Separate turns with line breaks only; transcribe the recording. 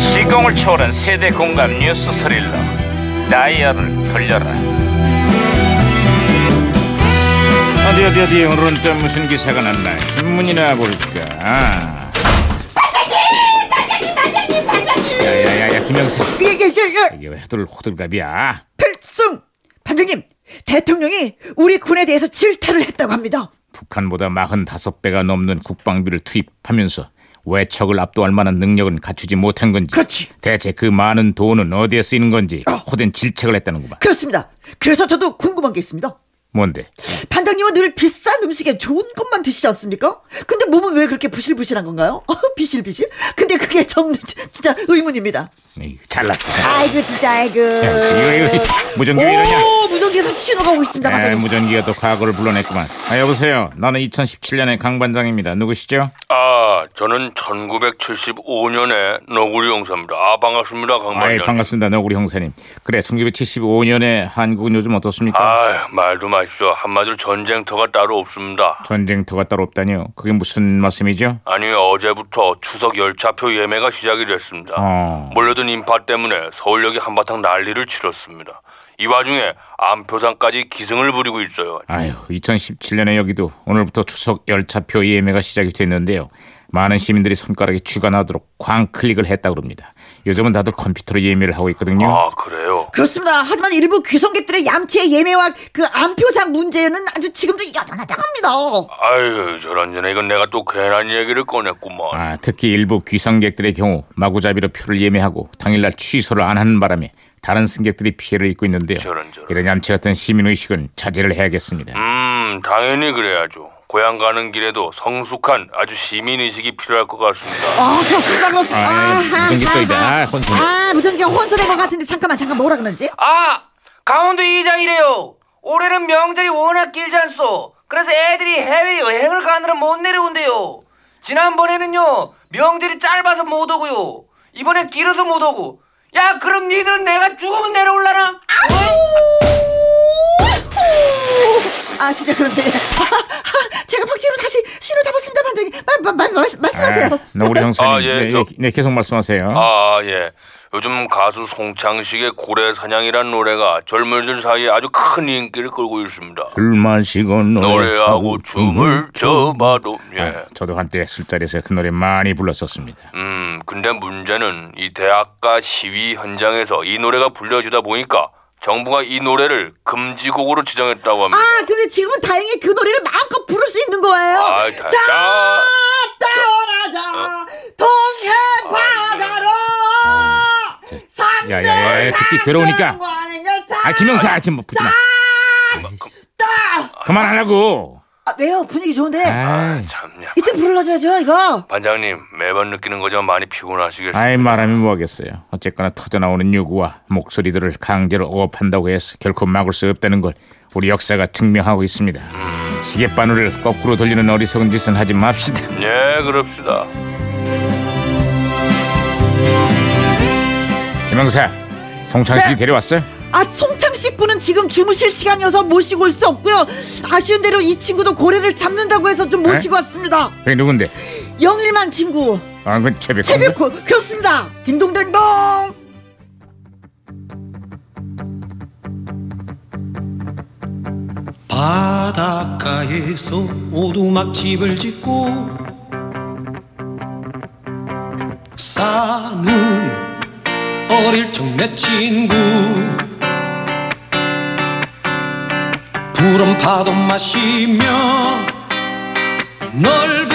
시공을 초월한 세대 공감 뉴스 스릴러 다이얼을 돌려라 어디 어디 어디 오늘은 또 무슨 기사가 났나 신문이나 볼까 반장님! 반장님! 야야야야 김영사
예예예예
이게 왜 호들 호들갑이야
필승 반장님 대통령이 우리 군에 대해서 질타를 했다고 합니다
북한보다 45배가 넘는 국방비를 투입하면서 외척을 압도할 만한 능력은 갖추지 못한 건지
그렇지.
대체 그 많은 돈은 어디에 쓰이는 건지 호된 질책을 했다는구만
그렇습니다 그래서 저도 궁금한 게 있습니다
뭔데
반장님은 늘 비싼 음식에 좋은 것만 드시지 않습니까 근데 몸은 왜 그렇게 부실부실한 건가요 비실비실 근데 그게 정 진짜 의문입니다
에이, 잘났다
아이고 진짜 아이고
그 이거 이거 무전기 왜 이러냐 뭐.
오 무전기에서 신호가 오고 있습니다
에이,
반장님
무전기가 또 과거를 불러냈구만 아, 여보세요 나는 2017년의 강반장입니다 누구시죠
아, 저는 1975년에 너구리 형사입니다. 아, 반갑습니다,
아이 예,
강반장.
반갑습니다 너구리 형사님 그래 1975년에 한국은 요즘 어떻습니까
아, 말도 마십시오. 한마디로 전쟁터가 따로 없습니다.
전쟁터가 따로 없다니요 그게 무슨 말씀이죠
아니, 어제부터 추석 열차표 예매가 시작이 됐습니다.
어.
몰려든 인파 때문에 서울역이 한바탕 난리를 치렀습니다. 이 와중에 안표상까지 기승을 부리고 있어요.
아유, 2017년에 여기도 오늘부터 추석 열차표 예매가 시작이 됐는데요. 많은 시민들이 손가락에 쥐가 나도록 광클릭을 했다고 합니다. 요즘은 다들 컴퓨터로 예매를 하고 있거든요.
아, 그래요?
그렇습니다 하지만 일부 귀성객들의 얌체 예매와 그 안표상 문제는 아주 지금도 여전하다고 합니다
아유, 저런 저런 이건 내가 또 괜한 얘기를 꺼냈구만.
아, 특히 일부 귀성객들의 경우 마구잡이로 표를 예매하고 당일날 취소를 안 하는 바람에 다른 승객들이 피해를 입고 있는데요.
저런, 저런.
이런 얌체 같은 시민의식은 자제를 해야겠습니다.
음, 당연히 그래야죠. 고향 가는 길에도 성숙한 아주 시민의식이 필요할 것 같습니다.
아 그렇습니다 그렇습니다
아, 무전기 또 이다. 혼선.
아 무전기가 혼선된 것 같은데 잠깐만 잠깐 뭐라 그러는지
아 강원도 이장이래요 올해는 명절이 워낙 길지 않소 그래서 애들이 해외 여행을 가느라 못 내려온대요 지난번에는요 명절이 짧아서 어, 못 오고요 이번엔 길어서 못 오고 야 그럼 니들은 내가 죽으면 내려올라나?
아 진짜 그런데 제가 박지로 다시 신호 잡았습니다 반장님 마, 마, 마, 말씀- 말씀하세요
아, 나 우리 형사님,
아, 예,
네,
저-
네, 계속 말씀하세요.
아, 예. 요즘 가수 송창식의 고래 사냥이란 노래가 젊은이들 사이에 아주 큰 인기를 끌고 있습니다.
술 마시고
노래하고 춤을 춰봐도 예.
아, 저도 한때 술자리에서 그 노래 많이 불렀었습니다.
음, 근데 문제는 이 대학가 시위 현장에서 이 노래가 불려지다 보니까 정부가 이 노래를 금지곡으로 지정했다고 합니다.
아 그런데 지금은 다행히 그 노래를 마음껏 부를 수 있는 거예요
아이,
자
다- 자.
떠나자 동해
아, 네.
바다로
야, 야, 야, 야, 듣기 괴로우니까. 아 김영사 지금 뭐 붙지 마. 그만하라고.
아, 왜요 분위기 좋은데
아,
아, 참냐.
이때 불러줘야죠 이거
반장님, 매번 느끼는 거지만 많이 피곤하시겠어요.
아이 말하면 뭐하겠어요. 어쨌거나 터져 나오는 요구와 목소리들을 강제로 억압한다고 해서 결코 막을 수 없다는 걸 우리 역사가 증명하고 있습니다. 시계바늘을 거꾸로 돌리는 어리석은 짓은 하지 맙시다.
예, 그럽시다.
김영사, 송창식이
네.
데려왔어요?
아 송창식 분은 지금 주무실 시간이어서 모시고 올 수 없고요 아쉬운 대로 이 친구도 고래를 잡는다고 해서 좀 모시고 왔습니다
그게 누군데?
영일만 친구
아, 그건 최백호.
최백호 그렇습니다 딩동댕동
바닷가에서 오두막집을 짓고 사는 어릴 적 내 친구 푸른 파도 마시며 넓은